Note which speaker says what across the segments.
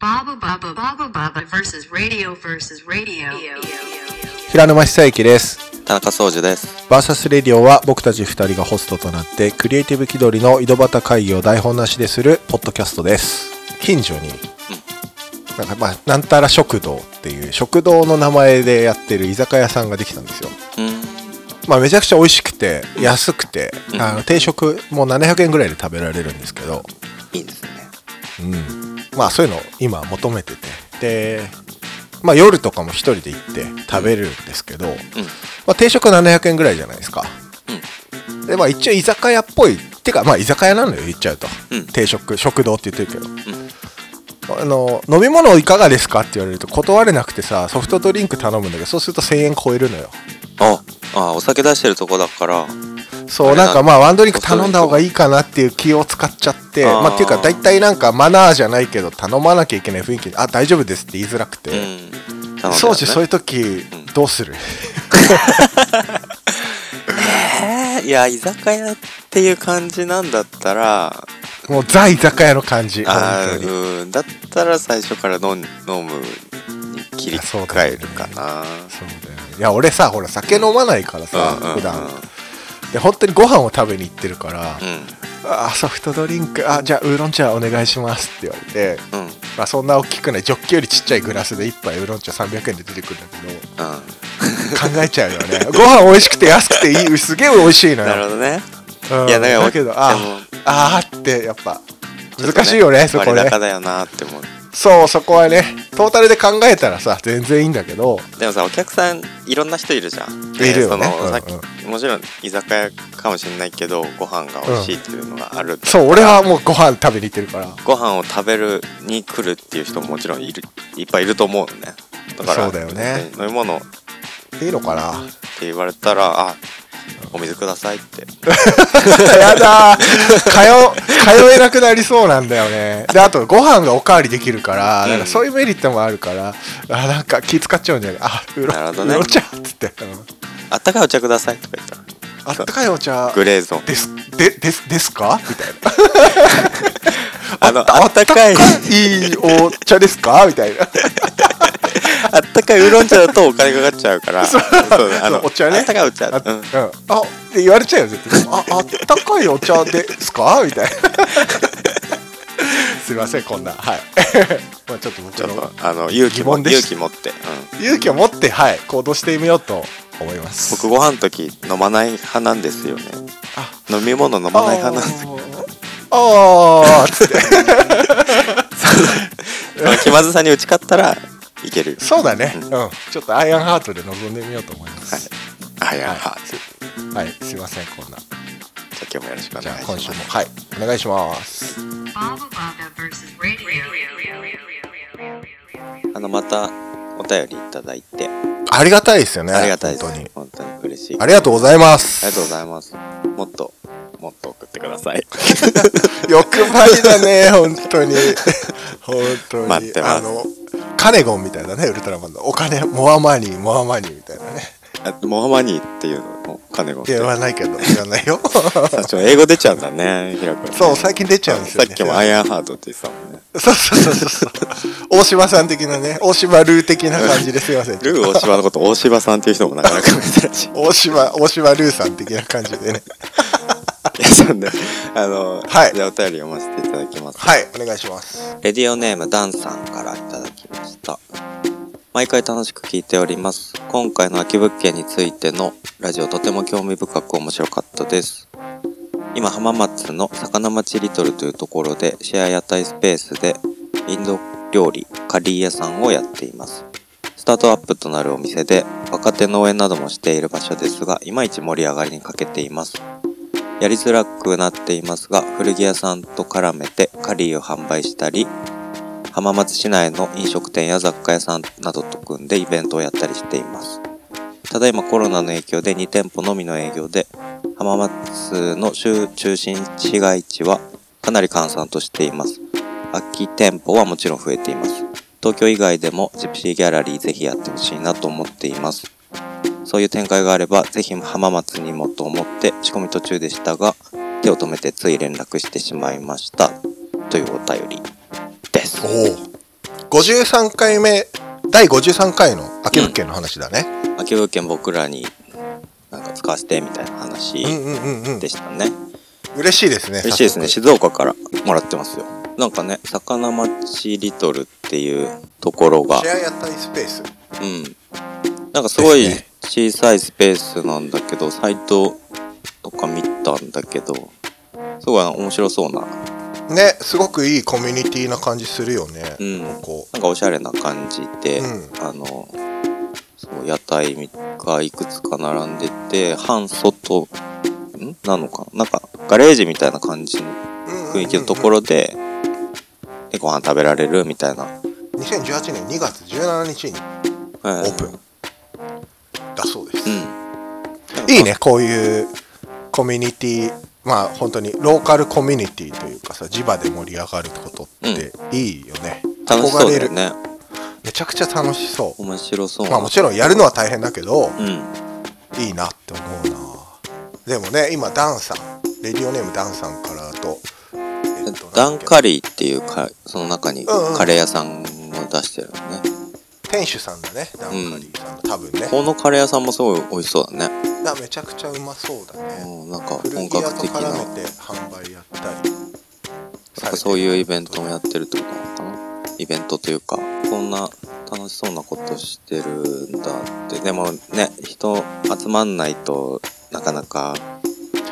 Speaker 1: Baba Baba Baba Baba versus radio versus radio.
Speaker 2: 平沼久之です。
Speaker 3: 田中総司です。
Speaker 2: バーサスレディオは僕たち二人がホストとなって、クリエイティブ気取りの井戸端会議を台本なしでするポッドキャストです。近所に、なんかまあ、なんたら食堂っていう食堂の名前でやってる居酒屋さんができたんですよ。
Speaker 3: うん。
Speaker 2: まあ、めちゃくちゃ美味しくて、安くて、あの定食もう700円ぐらいで食べられるんですけど、
Speaker 3: いいですね。
Speaker 2: うん、まあそういうのを今求めててで、まあ、夜とかも一人で行って食べるんですけど、まあ、定食700円ぐらいじゃないですか、でまあ一応居酒屋っぽいっていうかまあ居酒屋なのよ言っちゃうと、
Speaker 3: うん
Speaker 2: 定食食堂って言ってるけど、あの飲み物いかがですかって言われると断れなくてさソフトドリンク頼むんだけどそうすると1000円超えるのよ
Speaker 3: あ、あ、お酒出してるとこだから。
Speaker 2: そう
Speaker 3: あれだ
Speaker 2: なんかまあワンドリンク頼んだ方がいいかなっていう気を使っちゃって
Speaker 3: あー
Speaker 2: まあっていうか大体なんかマナーじゃないけど頼まなきゃいけない雰囲気であ大丈夫ですって言いづらく
Speaker 3: う
Speaker 2: て、
Speaker 3: ん。
Speaker 2: そうじゃそういうう時
Speaker 3: ん
Speaker 2: どうする、
Speaker 3: えー、いや、居酒屋っていう感じなんだったら、
Speaker 2: もうザ居酒屋の感じ
Speaker 3: あ
Speaker 2: 本当に
Speaker 3: ーうん。だったら最初から飲ん飲むに切り替えるかな。
Speaker 2: そうだよねいや俺さほら酒飲まないからさ、
Speaker 3: うんうんうん
Speaker 2: 普段で本当にご飯を食べに行ってるから
Speaker 3: う、
Speaker 2: あソフトドリンクあじゃあウーロン茶お願いしますって言われて、
Speaker 3: ん。うん。うん。
Speaker 2: まあ、そんな大きくないジョッキよりちっちゃいグラスで1杯ウーロン茶300円で出てくるんだけど考えちゃうよねご飯美味しくて安くていいすげえ美味しいの
Speaker 3: なる
Speaker 2: よ、
Speaker 3: ほどね。
Speaker 2: うん
Speaker 3: いやだから
Speaker 2: だけどあ
Speaker 3: でも
Speaker 2: あーってやっぱ難しいよねそこ
Speaker 3: 割
Speaker 2: ね
Speaker 3: 高だよなって思う。
Speaker 2: そうそこはねトータルで考えたらさ全然いいんだけど
Speaker 3: でもさお客さんいろんな人いるじゃん。
Speaker 2: いるよね
Speaker 3: でその
Speaker 2: うん
Speaker 3: さっきもちろん居酒屋かもしれないけどご飯が美味しいっていうのがある、
Speaker 2: そう俺はもうご飯食べに行ってるから
Speaker 3: ご飯を食べるに来るっていう人ももちろんいるいっぱいいると思うのね。だから
Speaker 2: そうだよね
Speaker 3: 別に飲み物って
Speaker 2: いいのか な
Speaker 3: 言われたらあお水くださいって。
Speaker 2: やだー通通えなくなりそうなんだよねであとご飯がおかわりできるから、
Speaker 3: うん
Speaker 2: なんかそういうメリットもあるからあなんか気使っちゃうんじゃないあウーロ
Speaker 3: なるほど
Speaker 2: ン、
Speaker 3: ね
Speaker 2: ウーロン茶っつって、うん
Speaker 3: あったかいお茶くださいとか言ったら
Speaker 2: あったかいお茶
Speaker 3: グレーゾーン。
Speaker 2: ですでですですかみたいな
Speaker 3: あのあったか
Speaker 2: い
Speaker 3: い
Speaker 2: いお茶ですかみたいな。
Speaker 3: あったかいウーロン茶だとお金かかっちゃう から。そうあの
Speaker 2: お茶ね。
Speaker 3: あったかいお茶。
Speaker 2: あ,、う
Speaker 3: うん
Speaker 2: ん、あって言われちゃうよ、絶対。あ、あったかいお茶ですかみたいな。 すいません、こんな。はい。 まあちょっと僕
Speaker 3: ちょっ
Speaker 2: の
Speaker 3: とあの勇気も
Speaker 2: 疑問で
Speaker 3: 勇
Speaker 2: し
Speaker 3: 気持って。うん
Speaker 2: 勇気を持って、はい、行動してみようと思います。
Speaker 3: 僕ご飯の時飲まない派なんですよね
Speaker 2: あ
Speaker 3: 飲み物飲まない派なんです
Speaker 2: あーあーつ って。
Speaker 3: その 気まずさに打ち勝ったらいけるよ
Speaker 2: そうだね。うん。ちょっとアイアンハートで臨んでみようと思います。
Speaker 3: はいはいはいじゃ
Speaker 2: はい、すいません、こんな。
Speaker 3: あ今日もよろしくお
Speaker 2: じ
Speaker 3: 願
Speaker 2: ゃあ
Speaker 3: いしま
Speaker 2: 今週
Speaker 3: す
Speaker 2: も、はい、お願いします。
Speaker 1: Baba Baba versus radio.
Speaker 3: あのまたお便りいただいて
Speaker 2: ありがたいですよね。
Speaker 3: ありがたいです
Speaker 2: 本当に。
Speaker 3: 本当に嬉しい
Speaker 2: あ
Speaker 3: あり
Speaker 2: りがとうございます。
Speaker 3: がとうございますもっともっと送ってく ださい
Speaker 2: 欲張りだ ね、本当に。本当に。
Speaker 3: 待ってます
Speaker 2: あの、カネゴンみたいだね、ウルトラマンの。お金、モアマニー、モアマニーみたいなね。
Speaker 3: あモハマニーっていうのも金子って
Speaker 2: 言わないけど、言わないよ。
Speaker 3: 最初英語出ちゃうんだね平君
Speaker 2: そう、最近出ちゃうんです
Speaker 3: さ
Speaker 2: よ、
Speaker 3: っ
Speaker 2: ね。
Speaker 3: きもアイアンハートって言ってたもんね
Speaker 2: そうそうそうそう。大島さん的なね、大島ルー的な感じですいません。
Speaker 3: ルー大柴のこと大柴さんっていう人もなかなか珍 しい
Speaker 2: 大島、大島ルーさん的な感じでね。
Speaker 3: いやそんで、あの、
Speaker 2: はい
Speaker 3: じゃあお便り読ませていただきます。
Speaker 2: はい、お願いします。
Speaker 3: レディオネームダンさんからいただきました。毎回楽しく聞いております。今回の空き物件についてのラジオとても興味深く面白かったです。今浜松の魚町リトルというところでシェア屋台スペースでインド料理カリー屋さんをやっています。スタートアップとなるお店で若手の応援などもしている場所ですが、いまいち盛り上がりに欠けています。やりづらくなっていますが、古着屋さんと絡めてカリーを販売したり、浜松市内の飲食店や雑貨屋さんなどと組んでイベントをやったりしています。ただいまコロナの影響で2店舗のみの営業で、浜松の州中心市街地はかなり閑散としています。空き店舗はもちろん増えています。東京以外でもジプシーギャラリーぜひやってほしいなと思っています。そういう展開があれば、ぜひ浜松にもと思って仕込み途中でしたが、手を止めてつい連絡してしまいました。というお便りです。
Speaker 2: おお。 53回目第53回の秋物件の話だね、
Speaker 3: 秋物件僕らになんか使わせてみたいな話
Speaker 2: うん、うんうんうん
Speaker 3: でしたね、
Speaker 2: 嬉しいですね
Speaker 3: 嬉しいですね
Speaker 2: 早
Speaker 3: 静岡からもらってますよなんかね魚町リトルっていうところが
Speaker 2: 速シェア屋台スペース
Speaker 3: うんなんかすごい
Speaker 2: ですね
Speaker 3: 小さいスペースなんだけどサイトとか見たんだけどすごい面白そうな
Speaker 2: ねすごくいいコミュニティな感じするよね、
Speaker 3: うん
Speaker 2: こ
Speaker 3: なんかおしゃれな感じで、
Speaker 2: う
Speaker 3: あの、そう、屋台がいくつか並んでて、半外、んなのかななんか、ガレージみたいな感じの
Speaker 2: う
Speaker 3: 雰囲気のところで、で、ご飯食べられるみたいな。
Speaker 2: 2018年2月17日に
Speaker 3: は
Speaker 2: オ
Speaker 3: い
Speaker 2: ープンだそうです、
Speaker 3: うん。
Speaker 2: いいねこういうコミュニティまあ本当にローカルコミュニティというかさ地場で盛り上がることっていいよね、
Speaker 3: 楽しそう
Speaker 2: 憧
Speaker 3: だ
Speaker 2: れ
Speaker 3: よ
Speaker 2: る
Speaker 3: ね。
Speaker 2: めちゃくちゃ楽しそ
Speaker 3: 面白そう
Speaker 2: う
Speaker 3: な。
Speaker 2: まあもちろんやるのは大変だけど
Speaker 3: うん。
Speaker 2: いいなって思うなでもね今ダンさんレディオネームダンさんからだと、えっと
Speaker 3: ダ
Speaker 2: なんだっ
Speaker 3: ン
Speaker 2: け
Speaker 3: カリーっていうか、その中に
Speaker 2: うんうん
Speaker 3: カレー屋さんを出してるのね。
Speaker 2: 店主さんだねダンカリーさんの多分ね、
Speaker 3: このカレー屋さんもすごい美味しそうだね。
Speaker 2: だめちゃくちゃうまそうだね
Speaker 3: うん、なんか
Speaker 2: 古
Speaker 3: 本
Speaker 2: 着屋と
Speaker 3: 格的な。
Speaker 2: 絡めて販売やったりされてる
Speaker 3: そういうイベントもやってるってことなのかなイベントというか、こんな楽しそうなことしてるんだって。でもね、人集まんないとなかなか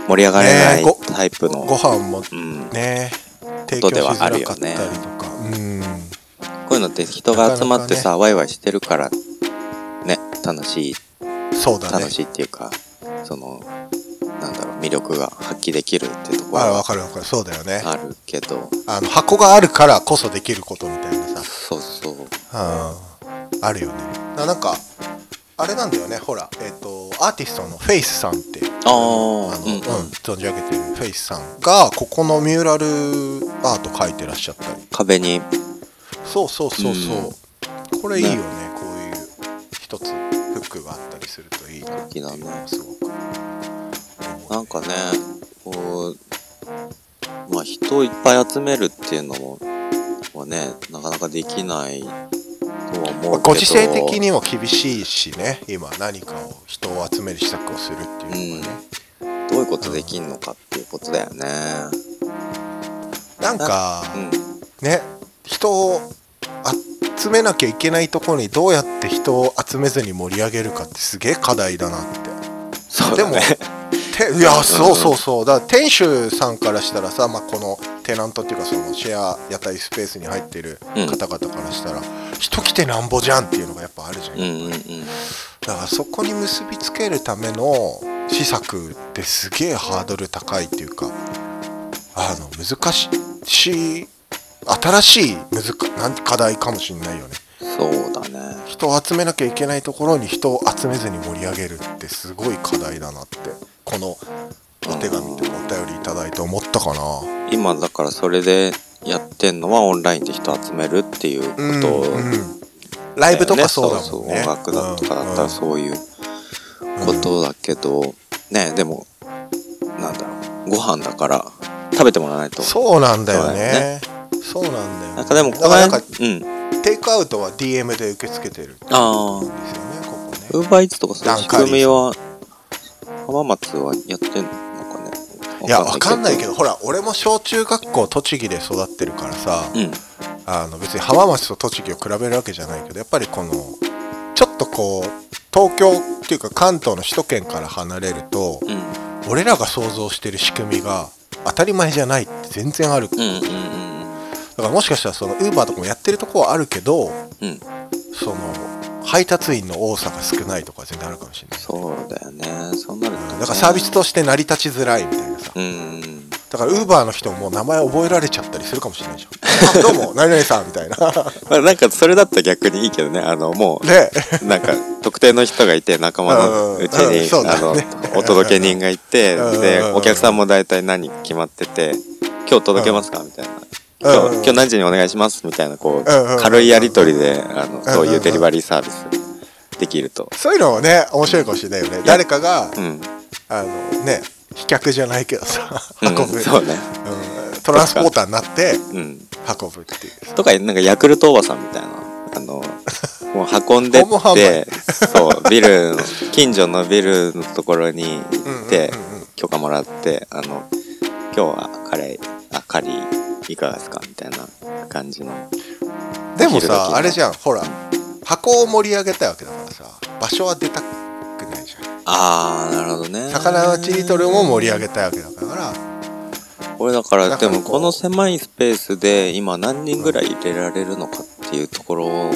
Speaker 3: 盛り上がれな
Speaker 2: ねえ
Speaker 3: い
Speaker 2: ご
Speaker 3: タイプの、
Speaker 2: ご飯も
Speaker 3: うん。
Speaker 2: ね提
Speaker 3: こ
Speaker 2: 供
Speaker 3: と
Speaker 2: し
Speaker 3: で
Speaker 2: づ
Speaker 3: は
Speaker 2: らか
Speaker 3: あ
Speaker 2: った
Speaker 3: る
Speaker 2: りと
Speaker 3: よ
Speaker 2: か、う
Speaker 3: ね
Speaker 2: ん
Speaker 3: こういうのって人が集まってさ、ワイワイしてるから、ね、楽しい、
Speaker 2: そうだね
Speaker 3: 楽しいっていうか、その、なんだろう、魅力が発揮できるっていうところ
Speaker 2: あわ
Speaker 3: は
Speaker 2: かるわかるそうだよね
Speaker 3: あるけど、
Speaker 2: あの箱があるからこそできることみたいなさ
Speaker 3: そうそう。
Speaker 2: うんあるよねななんかあれなんだよねほらえっ、とアーティストのフェイスさんって
Speaker 3: あ
Speaker 2: あ
Speaker 3: あ、
Speaker 2: の、うん
Speaker 3: うんうん。
Speaker 2: 存じ上げてるフェイスさんがここのミューラルアート描いてらっしゃったり
Speaker 3: 壁に
Speaker 2: そうそうそうそう、これいいよね
Speaker 3: ね
Speaker 2: こういう一つフックがあったりするといいなっていうのはすごく
Speaker 3: なんかね、こう、まあ人をいっぱい集めるっていうのも、はね、なかなかできないとは思うけど。
Speaker 2: ご時世的にも厳しいしね今何かを人を集める施策をするっていうのがね、
Speaker 3: どういうことできんのかっていうことだよね。
Speaker 2: なんか
Speaker 3: うん。
Speaker 2: ね人を集めなきゃいけないところにどうやって人を集めずに盛り上げるかってすげえ課題だなって
Speaker 3: そうだね。
Speaker 2: ていやそうそうそうだから店主さんからしたらさ、まあ、このテナントっていうかそのシェア屋台スペースに入ってる
Speaker 3: うん
Speaker 2: 方々からしたら、人来てなんぼじゃんっていうのがやっぱあるじゃん、
Speaker 3: うんうんうん。
Speaker 2: だからそこに結びつけるための施策ってすげえハードル高いっていうかあの難しい新しい難なん課題かもしんないよね
Speaker 3: そうだね。
Speaker 2: 人を集めなきゃいけないところに人を集めずに盛り上げるってすごい課題だなってこのお手紙とかお便りいただいて思ったかな
Speaker 3: 今だからそれでやってんのはオンラインで人集めるっていうことを、
Speaker 2: うんライブとかそうだもんね
Speaker 3: そうそう音楽だとかだったら
Speaker 2: う
Speaker 3: そういうことだけど、ねでもなんだろうご飯だから食べてもらわないと
Speaker 2: んそうなんだよ
Speaker 3: そうだよ
Speaker 2: ねそうなんだよ
Speaker 3: なんかでも
Speaker 2: だ
Speaker 3: こ
Speaker 2: か
Speaker 3: の
Speaker 2: らなん
Speaker 3: 辺
Speaker 2: か
Speaker 3: うん
Speaker 2: テイクアウトは DM で受け付けてるんで
Speaker 3: ああ
Speaker 2: すよねここね
Speaker 3: ウーバーイーツとかそうい
Speaker 2: ダ
Speaker 3: う
Speaker 2: ン
Speaker 3: 仕
Speaker 2: カリー
Speaker 3: 組みは浜松はやってんのかね
Speaker 2: いやわかんないけ
Speaker 3: ど
Speaker 2: どほら俺も小中学校栃木で育ってるからさ、
Speaker 3: うん
Speaker 2: あの別に浜松と栃木を比べるわけじゃないけどやっぱりこのちょっとこう東京っていうか関東の首都圏から離れると
Speaker 3: うん
Speaker 2: 俺らが想像してる仕組みが当たり前じゃないって全然あるだ
Speaker 3: うんうん
Speaker 2: からもしかしたらそのウーバーとかもやってるとこはあるけど
Speaker 3: うんうん
Speaker 2: その配達員の多さが少ないとか全然あるかもしれない
Speaker 3: そうだよねそうなるとね
Speaker 2: だからサービスとして成り立ちづらいみたいなさ
Speaker 3: うん
Speaker 2: だからウーバーの人ももう名前覚えられちゃったりするかもしれないじゃんあどうも何々さんみたいな
Speaker 3: まあなんかそれだったら逆にいいけどねあのもう
Speaker 2: で
Speaker 3: なんか特定の人がいて仲間のうち
Speaker 2: うんう
Speaker 3: に
Speaker 2: んそう
Speaker 3: あ
Speaker 2: だ
Speaker 3: の
Speaker 2: ね
Speaker 3: お届け人がいて
Speaker 2: うん
Speaker 3: で
Speaker 2: うん
Speaker 3: お客さんも大体何決まってて「今日届けますか?」みたいな「
Speaker 2: うん
Speaker 3: 今日今日何時にお願いします」みたいなこう
Speaker 2: うんうん
Speaker 3: 軽いやり取りであの
Speaker 2: ん
Speaker 3: そういうデリバリーサービスできると。
Speaker 2: そういうのもね面白いかもしれないよね誰かが
Speaker 3: うん
Speaker 2: あのね飛脚じゃないけどさ
Speaker 3: う
Speaker 2: 運ぶ、
Speaker 3: ん、そうね、
Speaker 2: うんトランスポーターになって
Speaker 3: うん、
Speaker 2: 運ぶっていう
Speaker 3: とかなんかヤクルトおばさんみたいなあの、もう運んでっ
Speaker 2: ホーム販
Speaker 3: て
Speaker 2: 売、
Speaker 3: そう、ビル の、近所のビルのところに行って
Speaker 2: うんうんうん、
Speaker 3: 許可もらって、あの、今日はカレー、あ、カリー、いかがですかみたいな感じの。
Speaker 2: でも
Speaker 3: 昼時
Speaker 2: さ
Speaker 3: の
Speaker 2: あれじゃんほら箱を盛り上げたいわけだからさ場所は出たくないじゃん
Speaker 3: あー、なるほどね。
Speaker 2: 魚はちりとりも盛り上げたいわけだから
Speaker 3: これだから
Speaker 2: なん
Speaker 3: で
Speaker 2: かこう
Speaker 3: もこの狭いスペースで今何人ぐらい入れられるのかっていうところ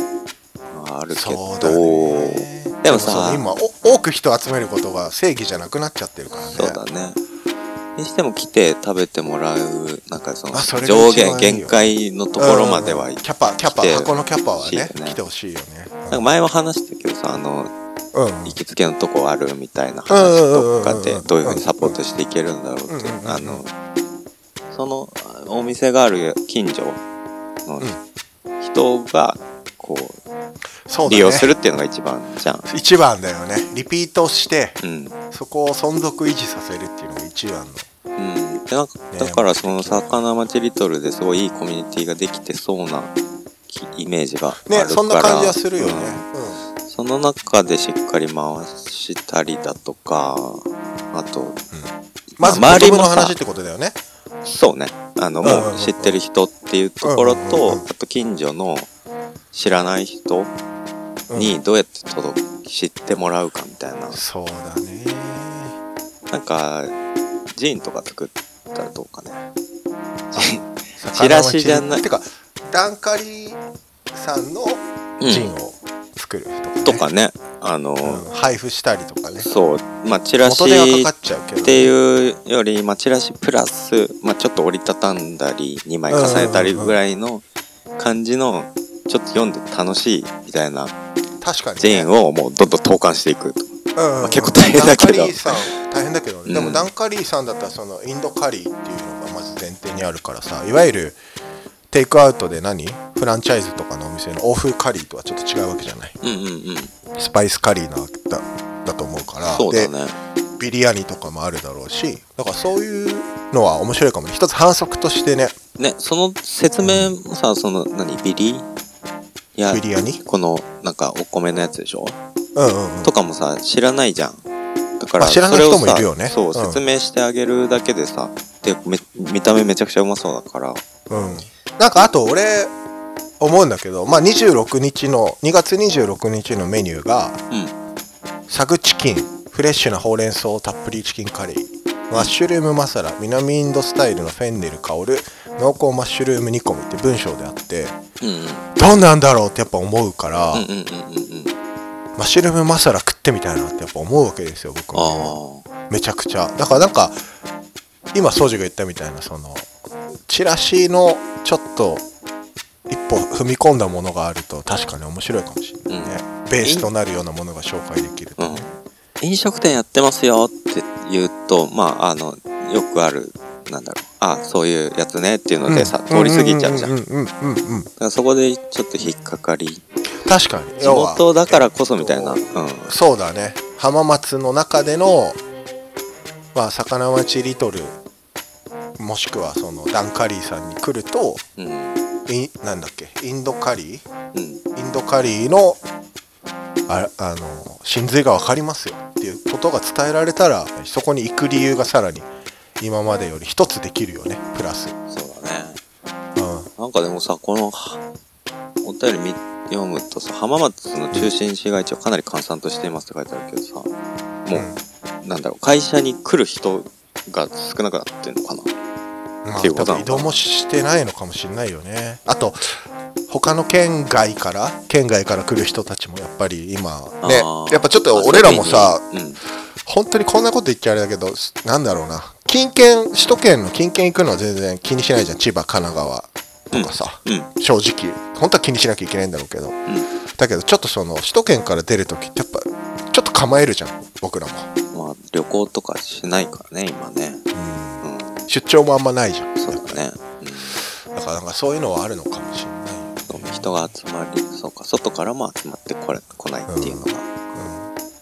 Speaker 3: はあるけ
Speaker 2: そ
Speaker 3: ど
Speaker 2: うだね
Speaker 3: でもさ
Speaker 2: その今お多く人集めることが正義じゃなくなっちゃってるからね
Speaker 3: そうだねにしても来て食べてもらうなんかその
Speaker 2: あそれが
Speaker 3: 上
Speaker 2: 一
Speaker 3: 限
Speaker 2: 番いいよ
Speaker 3: 限界のところまでは
Speaker 2: うん
Speaker 3: 行
Speaker 2: キャパキャパ
Speaker 3: 来て
Speaker 2: 箱のキャパはね
Speaker 3: 欲しいよね
Speaker 2: 来てほしいよね
Speaker 3: なんか前も話したけどさあの
Speaker 2: うんうん
Speaker 3: 行きつけのとこあるみたいな話とか
Speaker 2: うんうんうんうん
Speaker 3: で
Speaker 2: うん
Speaker 3: どういうふうにサポートしていけるんだろうってい
Speaker 2: うんうんうんう
Speaker 3: うんあのそのお店がある近所の人がこう
Speaker 2: そうだ
Speaker 3: 利
Speaker 2: ね
Speaker 3: 用するっていうのが一番じゃん。
Speaker 2: 一番だよねリピートして
Speaker 3: うん。
Speaker 2: そこを存続維持させるっていうのが一番の
Speaker 3: うん、でなんか
Speaker 2: ね
Speaker 3: だからその魚町リトルですごいいいコミュニティができてそうなきイメージがあるから
Speaker 2: ねそんな感じはするよね、
Speaker 3: うんその中でしっかり回したりだとかあと
Speaker 2: まず子
Speaker 3: 周りも
Speaker 2: 供の
Speaker 3: さ
Speaker 2: 話ってことだよね
Speaker 3: そうねあの
Speaker 2: うんうんうん
Speaker 3: もう知ってる人っていうところ
Speaker 2: うんうん
Speaker 3: と
Speaker 2: うんうん
Speaker 3: あと近所の知らない人
Speaker 2: うん
Speaker 3: にどうやって届き知ってもらうかみたいな
Speaker 2: そうだね
Speaker 3: なんかジーンとか作ったらどうかねチ
Speaker 2: チ
Speaker 3: ラシじゃない
Speaker 2: てかダンカリさんのジンを作ると
Speaker 3: と
Speaker 2: か
Speaker 3: か
Speaker 2: ね、
Speaker 3: ね、あ
Speaker 2: う
Speaker 3: の、
Speaker 2: ん配布したりとかね
Speaker 3: そう、まあ、チラシ
Speaker 2: 元手はか
Speaker 3: っ
Speaker 2: かっちゃうけど
Speaker 3: ていうより、まあ、チラシプラス、まあ、ちょっと折りたたんだり、2枚重ねたりぐらいの感じの、ちょっと読んで楽しいみたいな、
Speaker 2: 確かに、
Speaker 3: ジェーン
Speaker 2: を、
Speaker 3: をもうどんどん投函していく。
Speaker 2: うん
Speaker 3: あ結構大変だけど
Speaker 2: ダンカリーさん大変だけど、
Speaker 3: うん
Speaker 2: でもダンカリーさんだったらそのインドカリーっていうのがまず前提にあるからさいわゆるテイクアウトで何フランチャイズとかのお店の欧風カリーとはちょっと違うわけじゃない
Speaker 3: うんうんうん。
Speaker 2: スパイスカリーなわけだだと思うから
Speaker 3: そうだね。
Speaker 2: ビリヤニとかもあるだろうしだからそういうのは面白いかもね一つ反則としてね
Speaker 3: ね、その説明もさ、その、何、ビリいや
Speaker 2: ビ、リヤニ
Speaker 3: この、なんか、お米のやつでしょ
Speaker 2: うんうんうん
Speaker 3: とかもさ知らないじゃんだか
Speaker 2: ま
Speaker 3: ら
Speaker 2: あ知らない
Speaker 3: それを
Speaker 2: 人も
Speaker 3: さ
Speaker 2: いるよね
Speaker 3: そう
Speaker 2: うん
Speaker 3: 説明してあげるだけでさでめ見た目めちゃくちゃうまそうだから
Speaker 2: うんなんかあと俺思うんだけどまあ26日の2月26日のメニューが
Speaker 3: うん
Speaker 2: サグチキンフレッシュなほうれん草たっぷりチキンカレーマッシュルームマサラ南インドスタイルのフェンネル香る濃厚マッシュルーム煮込みって文章であって
Speaker 3: うんうん
Speaker 2: どんなんだろうってやっぱ思うから、
Speaker 3: うんうんうんうんうん
Speaker 2: マッシュルームマサラ食ってみたいなってやっぱ思うわけですよ僕は。
Speaker 3: ああ
Speaker 2: めちゃくちゃだからなんか今宗司が言ったみたいなそのチラシのちょっと一歩踏み込んだものがあると確かに面白いかもしれないね、ベースとなるようなものが紹介できるとね、
Speaker 3: 飲食店やってますよって言うとまああのよくあるなんだろうあそういうやつねっていうのでさ、通り過ぎちゃうじゃん,、
Speaker 2: うん
Speaker 3: だ
Speaker 2: うんうんうんうんうん
Speaker 3: からそこでちょっと引っかかり
Speaker 2: 確かに
Speaker 3: 地元だからこそみたいな、
Speaker 2: 要はえっ
Speaker 3: うん
Speaker 2: とそうだね浜松の中でのまあ魚町リトルもしくはそのダンカリーさんに来ると
Speaker 3: うん
Speaker 2: いなんだっけインドカリー
Speaker 3: うん
Speaker 2: インドカリーのああの真髄が分かりますよっていうことが伝えられたらそこに行く理由がさらに今までより一つできるよねプラス、うん、
Speaker 3: そうだねなんかでもさ、この、はお便り見読むとさ、浜松の中心市街地はかなり閑散としていますって書いてあるけどさ、もう、なんだろう、会社に来る人が少なくなってんのかな。
Speaker 2: ま
Speaker 3: っ
Speaker 2: あ
Speaker 3: ていうこと
Speaker 2: 多
Speaker 3: なのかな
Speaker 2: 分移動もしてないのかもしれないよねあと他の県外から県外から来る人たちもやっぱり今ね
Speaker 3: あー
Speaker 2: やっぱちょっと俺らもさ、
Speaker 3: 遊びにうん、
Speaker 2: 本当にこんなこと言っちゃあれだけどすなんだろうな近県首都圏の近県行くのは全然気にしないじゃん千葉神奈川とかさ、
Speaker 3: うん、
Speaker 2: 正直本当は気にしなきゃいけないんだろうけど、だけどちょっとその首都圏から出るときってやっぱちょっと構えるじゃん僕らも、
Speaker 3: まあ、旅行とかしないからね、今ね。う
Speaker 2: 出張もあんまないじゃん
Speaker 3: ん、そうだね。うん
Speaker 2: だからなんかそういうのはあるのかもしれないよね
Speaker 3: そう、人が集まり、そうか、外からも集まってこれ来ないっていうのが。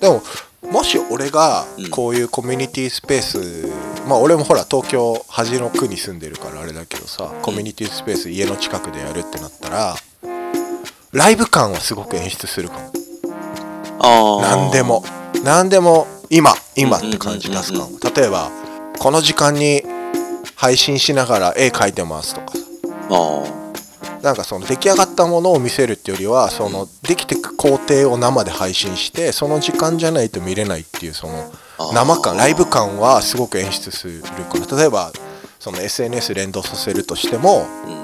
Speaker 2: でももし俺が
Speaker 3: うん
Speaker 2: こういうコミュニティスペース、まあ俺もほら東京端の区に住んでるからあれだけどさコミュニティスペース家の近くでやるってなったらライブ感はすごく演出するかも
Speaker 3: ああ。
Speaker 2: 何でも。何でも今今って感じ出すかも例えばこの時間に配信しながら絵描いてますとかさ
Speaker 3: あ
Speaker 2: なんかその出来上がったものを見せるっていうよりはそのできてく工程を生で配信してその時間じゃないと見れないっていうその
Speaker 3: あー
Speaker 2: 生感ライブ感はすごく演出するから例えばその SNS 連動させるとしても
Speaker 3: あ。うん。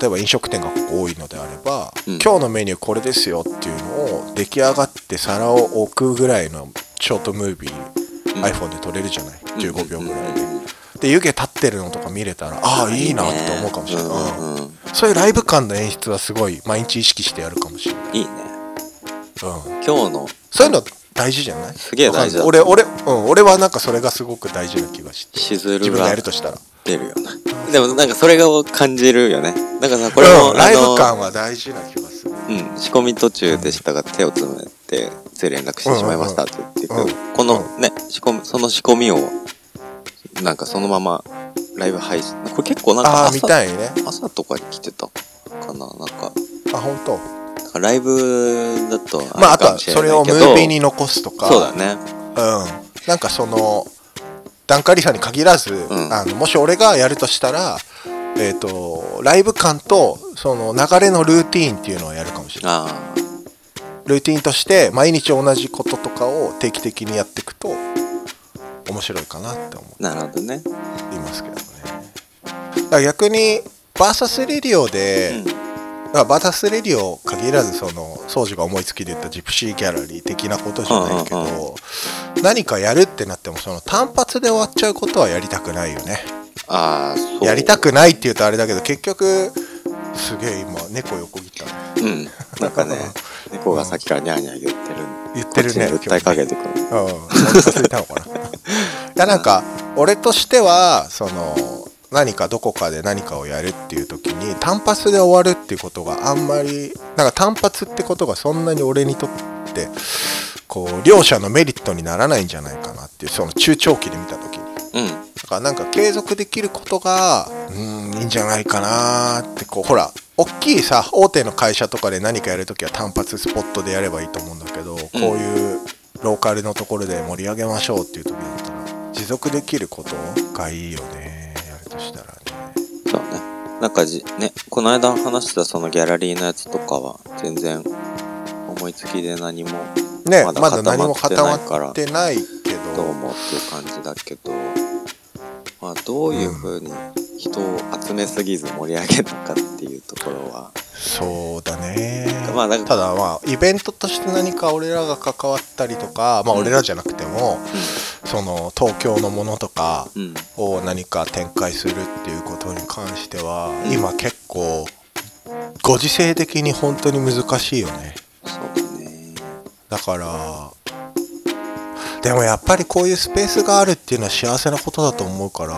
Speaker 2: 例えば飲食店がここ多いのであれば、
Speaker 3: うん
Speaker 2: 今日のメニューこれですよっていうのを出来上がって皿を置くぐらいのショートムービー、
Speaker 3: ん
Speaker 2: iPhone で撮れるじゃない15秒ぐらいで、
Speaker 3: うん
Speaker 2: で湯気立ってるのとか見れたらああいいなって思うかもしれない、
Speaker 3: う
Speaker 2: うん
Speaker 3: んうん
Speaker 2: そういうライブ感の演出はすごい毎日意識してやるかもしれない、
Speaker 3: いいね。
Speaker 2: うん、
Speaker 3: 今日の。
Speaker 2: そういうの大事じゃない
Speaker 3: すげえ大事だ
Speaker 2: わかんない俺俺、うん、俺はなんかそれがすごく大事な気がして
Speaker 3: しず
Speaker 2: 自
Speaker 3: る
Speaker 2: 分が
Speaker 3: が
Speaker 2: やるとしたら
Speaker 3: 出るよな。でもなんかそれが感じるよね。なんかさ、これも、
Speaker 2: うん、ライ
Speaker 3: あの
Speaker 2: ブ感は大事な気がする
Speaker 3: うん、仕込み途中でしたが手をつむってつい連絡してしまいましたって言っていく、
Speaker 2: うんうん
Speaker 3: このね仕込みその仕込みをなんかそのままライブ配信これ結構なん
Speaker 2: あ
Speaker 3: か
Speaker 2: あー見
Speaker 3: 朝
Speaker 2: たいね
Speaker 3: 朝とかに来てたかななんか
Speaker 2: あ本当。
Speaker 3: なんかライブだと
Speaker 2: まあ、あ
Speaker 3: る
Speaker 2: と
Speaker 3: か
Speaker 2: は
Speaker 3: もし
Speaker 2: それ
Speaker 3: れな
Speaker 2: を
Speaker 3: いけ
Speaker 2: ム
Speaker 3: ど
Speaker 2: ービーに残すとか
Speaker 3: そうだね
Speaker 2: うん、なんかその段階リさんに限らず、
Speaker 3: ん
Speaker 2: あのもし俺がやるとしたら、えー、とライブ感とその流れのルーティーンっていうのをやるかもしれない
Speaker 3: あ
Speaker 2: ルーティーンとして毎日同じこととかを定期的にやっていくと面白いかなって思
Speaker 3: あなるほどね
Speaker 2: いますけどねだから逆にバーサスレディオで、だからバータスレディオ限らずその庄司が思いつきで言ったジプシーギャラリー的なことじゃないけど、
Speaker 3: うんうん
Speaker 2: 何かやるってなってもその単発で終わっちゃうことはやりたくないよね
Speaker 3: ああそう
Speaker 2: やりたくないって言うとあれだけど結局すげえ今猫横切ったね
Speaker 3: うんなん かね猫がさっきからニャーニャー言ってる
Speaker 2: 言ってるね
Speaker 3: こっちに訴えかけてくる
Speaker 2: うんお腹空いたのかないやなんか俺としてはその何かどこかで何かをやるっていう時に単発で終わるっていうことがあんまりなんか単発ってことがそんなに俺にとってこう両者のメリットにならないんじゃないかなっていうその中長期で見た時に
Speaker 3: うん
Speaker 2: だからなんか継続できることがうーんいいんじゃないかなってこうほら大きいさ大手の会社とかで何かやるときは単発スポットでやればいいと思うんだけど、こういうローカルのところで盛り上げましょうっていう時だったら持続できることがいいよねやるとしたらね
Speaker 3: そうね。なんかじ、ね、この間話したそのギャラリーのやつとかは、全然思いつきで何も
Speaker 2: ね
Speaker 3: ま
Speaker 2: まだ
Speaker 3: だ固
Speaker 2: 何
Speaker 3: ま
Speaker 2: も
Speaker 3: って
Speaker 2: 固
Speaker 3: な
Speaker 2: ま
Speaker 3: いから
Speaker 2: ってないけ
Speaker 3: どう
Speaker 2: ど
Speaker 3: もっていう感じだけど、まあ、どういう風に人を集めすぎず盛り上げるのかっていうところは、
Speaker 2: そうだね、
Speaker 3: まあなんか
Speaker 2: ただまあイベントとして何か俺らが関わったりとかまあ俺らじゃなくても、その東京のものとか、
Speaker 3: うん。
Speaker 2: を何か展開するっていうことに関しては、
Speaker 3: うん
Speaker 2: 今結構ご時世的に本当に難しいよね
Speaker 3: そうだね。
Speaker 2: だからでもやっぱりこういうスペースがあるっていうのは幸せなことだと思うから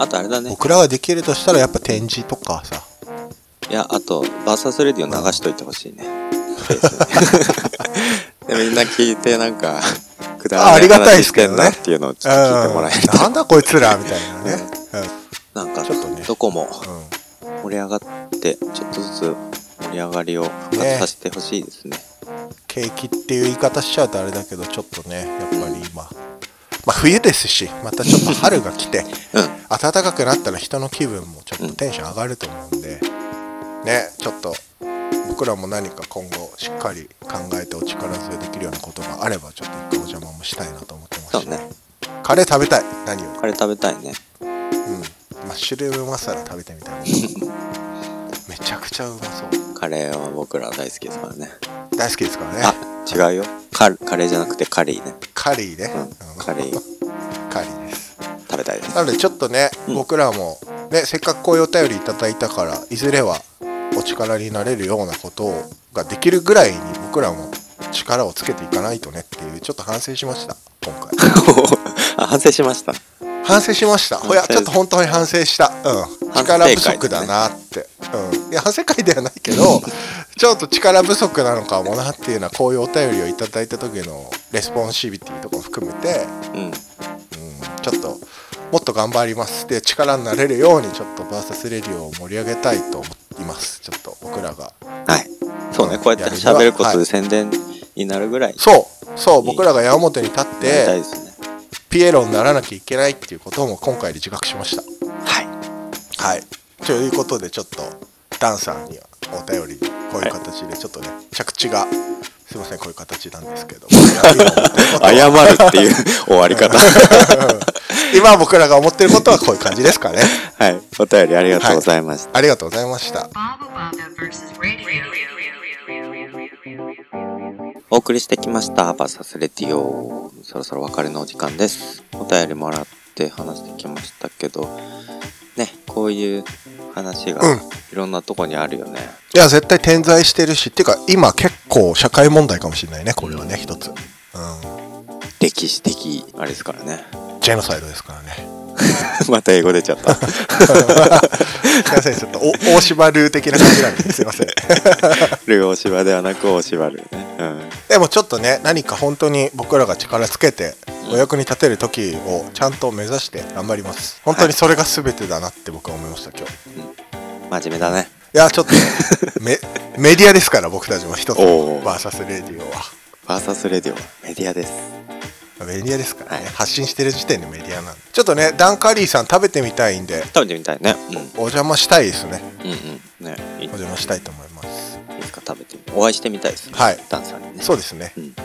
Speaker 3: あとあれだね。
Speaker 2: 僕らができるとしたらやっぱ展示とかさ
Speaker 3: いや、あと、バーサスレディを流しといてほしいね。フェイスに でみんな聞いて、なん か、くだら
Speaker 2: あ
Speaker 3: な
Speaker 2: あ
Speaker 3: い
Speaker 2: りがたい
Speaker 3: 話
Speaker 2: で
Speaker 3: し
Speaker 2: す
Speaker 3: て
Speaker 2: け
Speaker 3: ん
Speaker 2: ど
Speaker 3: な
Speaker 2: ね
Speaker 3: っていうのをちょっと聞いてもらえる
Speaker 2: うんなんだこいつらみたいなね、
Speaker 3: と。なんか、
Speaker 2: ちょっとね
Speaker 3: どこも
Speaker 2: うんうん
Speaker 3: 盛り上がってちょっとずつ盛り上がりを復活させてほしいですね
Speaker 2: 景気っていう言い方しちゃうとあれだけどちょっとねやっぱり今、まあ、冬ですしまたちょっと春が来て
Speaker 3: うん
Speaker 2: 暖かくなったら人の気分もちょっとテンション上がると思うんで、ねちょっと僕らも何か今後しっかり考えてお力添えできるようなことがあればちょっと一回お邪魔もしたいなと思ってます
Speaker 3: そう
Speaker 2: し、
Speaker 3: ね
Speaker 2: カレー食べたい何よ
Speaker 3: カレー食べたいね
Speaker 2: り、うん、マッシュルームマサラ食べてみたいなめちゃくちゃうまそう
Speaker 3: カレーは僕ら大好きですからね
Speaker 2: 大好きですからね
Speaker 3: あ違うよカカレーじゃなくてカリーね
Speaker 2: カリーね、
Speaker 3: うん
Speaker 2: うん
Speaker 3: カリー
Speaker 2: カリーです
Speaker 3: 食べたいです
Speaker 2: なのでちょっとね、
Speaker 3: うん
Speaker 2: 僕らも、ね、せっかくこういうお便りいただいたからいずれはお力になれるようなことができるぐらいに僕らも力をつけていかないとねっていうちょっと反省しました今回
Speaker 3: あ反省しました
Speaker 2: 反省しましたほやちょっと本当に反省した、うん、
Speaker 3: 反省
Speaker 2: 力
Speaker 3: 会
Speaker 2: 不足だなって、うん、いや反省会ではないけ どちょっと力不足なのかもなっていうのはこういうお便りをいただいた時のレスポンシビティとかも含めて
Speaker 3: うん
Speaker 2: うんちょっともっと頑張りますで力になれるようにちょっとバーサスレディオを盛り上げたいと思いますちょっと僕らが
Speaker 3: はいそうね、こうやって喋ることで宣伝になるぐらい
Speaker 2: そうそう僕らが矢面に立っ
Speaker 3: やりたい
Speaker 2: て
Speaker 3: ですね。
Speaker 2: ピエロにならなきゃいけないっていうことも今回で自覚しました
Speaker 3: はい。
Speaker 2: はいということでちょっとダンさんにはお便りにこういう形でちょっとね着地がすいませんこういう形なんですけ ど
Speaker 3: 謝るっていう終わり 方。は
Speaker 2: 今僕らが思ってることはこういう感じですかね
Speaker 3: い。お便りありがとうございました。
Speaker 2: ありがとうございました
Speaker 1: Baba Baba versus radio.
Speaker 3: お送りしてきました。バーサスレディオ。そろそろお別れのお時間です。お便りもらって話してきましたけど、ね、こういう話が
Speaker 2: うん
Speaker 3: いろんなとこにあるよね。
Speaker 2: いや絶対点在してるしっていうか今結構社会問題かもしれないねこれはね一つ、うん、
Speaker 3: 歴史的、あれですからね。
Speaker 2: ジェノサイドですからね
Speaker 3: また英語出ち ゃった。
Speaker 2: すいませんちょっとお 大島流的な感じなんですいません
Speaker 3: ルー大芝ではなく大芝ルーね。うん。
Speaker 2: でもちょっとね何か本当に僕らが力つけてお役に立てる時をちゃんと目指して頑張ります本当にそれが全てだなって僕は思いました今日い
Speaker 3: 真面目だね。
Speaker 2: や ちょっとメメディアですから僕たちも一つ
Speaker 3: おー
Speaker 2: VS レディオは
Speaker 3: バーサスレディオはメディアです。
Speaker 2: メディアですからね、
Speaker 3: はい
Speaker 2: 発信してる時点でメディアなんでちょっとねダン・カリーさん食べてみたいんで
Speaker 3: 食べてみたいね。うん。
Speaker 2: お邪魔したいですね
Speaker 3: うんうん。ね。いい
Speaker 2: お邪魔したいと思います
Speaker 3: いつか食べてみお会いしてみたいですね。
Speaker 2: はい
Speaker 3: ダンさんにね。
Speaker 2: そうですね
Speaker 3: うん。
Speaker 2: 行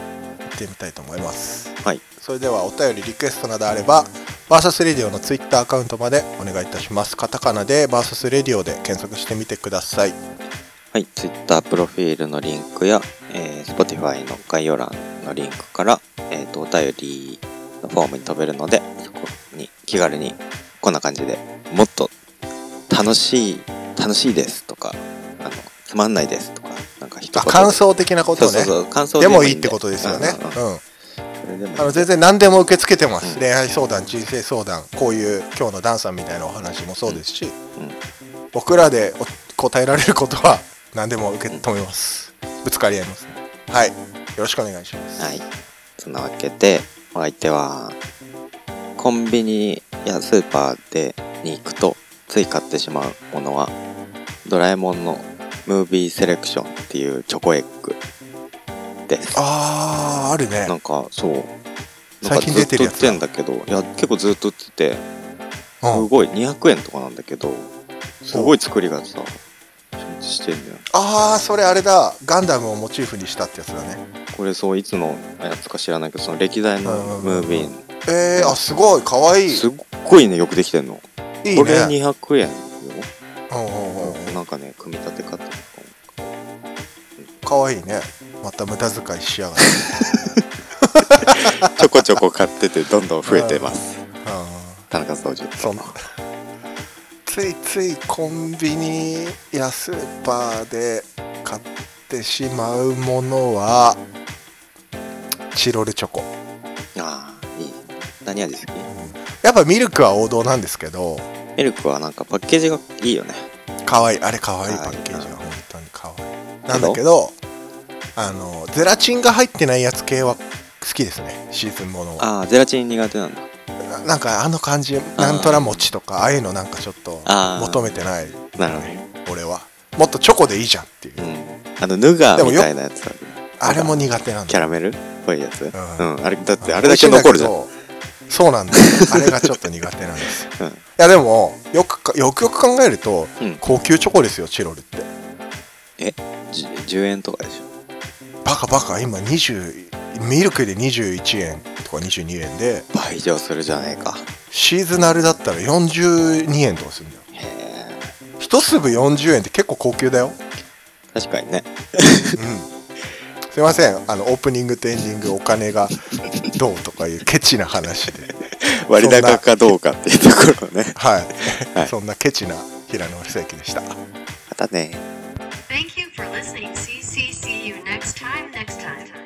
Speaker 2: ってみたいと思います
Speaker 3: はい。
Speaker 2: それではお便りリクエストなどあればバーサスレディオのツイッターアカウントまでお願いいたしますカタカナでバーサスレディオで検索してみてください
Speaker 3: はい。ツイッタープロフィールのリンクや、えー、Spotify の概要欄のリンクから、えっ、と、お便りのフォームに飛べるので、そこに気軽に、こんな感じでもっと楽しい、楽しいですとか、あの、つまんないですとか、なんか一
Speaker 2: あ
Speaker 3: 言で
Speaker 2: 感想的なこと
Speaker 3: そう
Speaker 2: ね
Speaker 3: そうそう、感想
Speaker 2: でも
Speaker 3: ん
Speaker 2: いい
Speaker 3: で
Speaker 2: ってことですよね
Speaker 3: うんうんうん
Speaker 2: うん
Speaker 3: それでもいい
Speaker 2: あの全然何でも受け付けてます、
Speaker 3: うん
Speaker 2: 恋愛相談人生相談こういう今日のダンさんみたいなお話もそうですし、
Speaker 3: うん
Speaker 2: 僕らでお答えられることは何でも受け止めますぶつかり合いますはいよろしくお願いします
Speaker 3: はい。そんなわけで、お相手は、コンビニやスーパーでに行くと、つい買ってしまうものは、ドラえもんのムービーセレクションっていうチョコエッグです。
Speaker 2: あーあるね
Speaker 3: なんか、そう。
Speaker 2: 最近出てるやつだ
Speaker 3: なんかずっと売ってんだけど、いや、結構ずっと売ってて、
Speaker 2: う
Speaker 3: す
Speaker 2: ん
Speaker 3: ごい、200円とかなんだけど、すごい作りがさ、してんだよ。
Speaker 2: ああそれあれだガンダムをモチーフにしたってやつだね
Speaker 3: これそう、いつのやつか知らないけど、その歴代のムービー、
Speaker 2: えー、あすごいかわいい
Speaker 3: すっごいね、よくできてんの。
Speaker 2: いいね
Speaker 3: これ200円よ、
Speaker 2: うんうんうんうん
Speaker 3: なんかね組み立て方とか
Speaker 2: かわいいねまた無駄遣いしやがって
Speaker 3: ちょこちょこ買っててどんどん増えてます
Speaker 2: う
Speaker 3: 田中総司
Speaker 2: んそんついついコンビニやスーパーで買ってしまうものはチロルチョコ
Speaker 3: ああいい何味好き
Speaker 2: やっぱミルクは王道なんですけど
Speaker 3: ミルクはなんかパッケージがいいよね
Speaker 2: かわいいあれかわいいパッケージは本当にかわいいなんだけどあのゼラチンが入ってないやつ系は好きですねシーズンものは
Speaker 3: ああゼラチン苦手なんだ
Speaker 2: ななんかあの感じなんとら餅とかああいうのなんかちょっと
Speaker 3: あー
Speaker 2: 求めてない
Speaker 3: なるほ
Speaker 2: 俺はもっとチョコでいいじゃんっていう
Speaker 3: どうんあのヌガーみたいなやつある
Speaker 2: あれも苦手なん
Speaker 3: キャ
Speaker 2: だ
Speaker 3: ラメルっぽいやつ、う
Speaker 2: うんん
Speaker 3: あれだってあれだけ残るじゃん
Speaker 2: 美味しいだけどそうなんだよあれがちょっと苦手なんですよ
Speaker 3: うん
Speaker 2: いやでもよくかよくよく考えると、
Speaker 3: うん
Speaker 2: 高級チョコですよチロルって
Speaker 3: じ10円とかでしょ
Speaker 2: バカバカ今20ミルクで21円とか22円で
Speaker 3: 倍以上するじゃねえか
Speaker 2: シーズナルだったら42円とかするんだよ
Speaker 3: へえ
Speaker 2: 一粒40円って結構高級だよ
Speaker 3: 確かにね
Speaker 2: うんすいませんあのオープニングとエンディングお金がどうとかいうケチな話で
Speaker 3: 割高かどうかっていうところね
Speaker 2: はい、
Speaker 3: はい
Speaker 2: そんなケチな平野正之でした
Speaker 3: またね
Speaker 1: Thank you for listening. See, see, see you next time, next time.